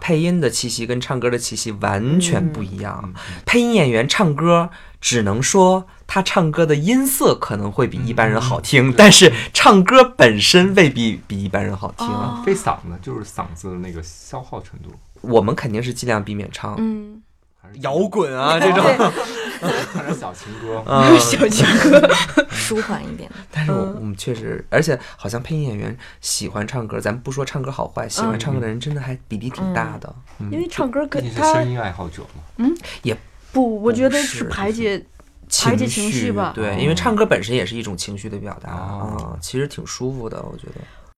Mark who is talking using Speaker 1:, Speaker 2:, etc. Speaker 1: 配音的气息跟唱歌的气息完全不一
Speaker 2: 啊
Speaker 3: 嗯
Speaker 1: 样。配音演员唱歌只能说他唱歌的音色可能会比一般人好
Speaker 3: 嗯
Speaker 1: 听，但是唱歌本身未必比一般人好听。
Speaker 4: 哦
Speaker 2: 飞嗓子就是嗓子的那个消耗程度，
Speaker 1: 我们肯定是尽量避免唱
Speaker 4: 嗯，
Speaker 2: 还是
Speaker 1: 摇滚啊这种，
Speaker 2: 还是小情歌。
Speaker 1: 嗯，
Speaker 3: 小嗯情歌，
Speaker 4: 舒缓一点。
Speaker 1: 但是我我们确实，而且好像配音演员喜欢唱歌，咱们不说唱歌好坏，喜欢唱
Speaker 3: 嗯
Speaker 1: 歌的人真的还比例挺大的。
Speaker 3: 因为唱歌
Speaker 2: 毕
Speaker 3: 跟
Speaker 2: 竟是
Speaker 3: 他
Speaker 2: 声音爱好者嘛，
Speaker 3: 不，我觉得
Speaker 1: 是
Speaker 3: 是排解排解情绪吧嗯
Speaker 1: 对，因为唱歌本身也是一种情绪的表达啊、
Speaker 2: 哦
Speaker 1: 其实挺舒服的，我觉得。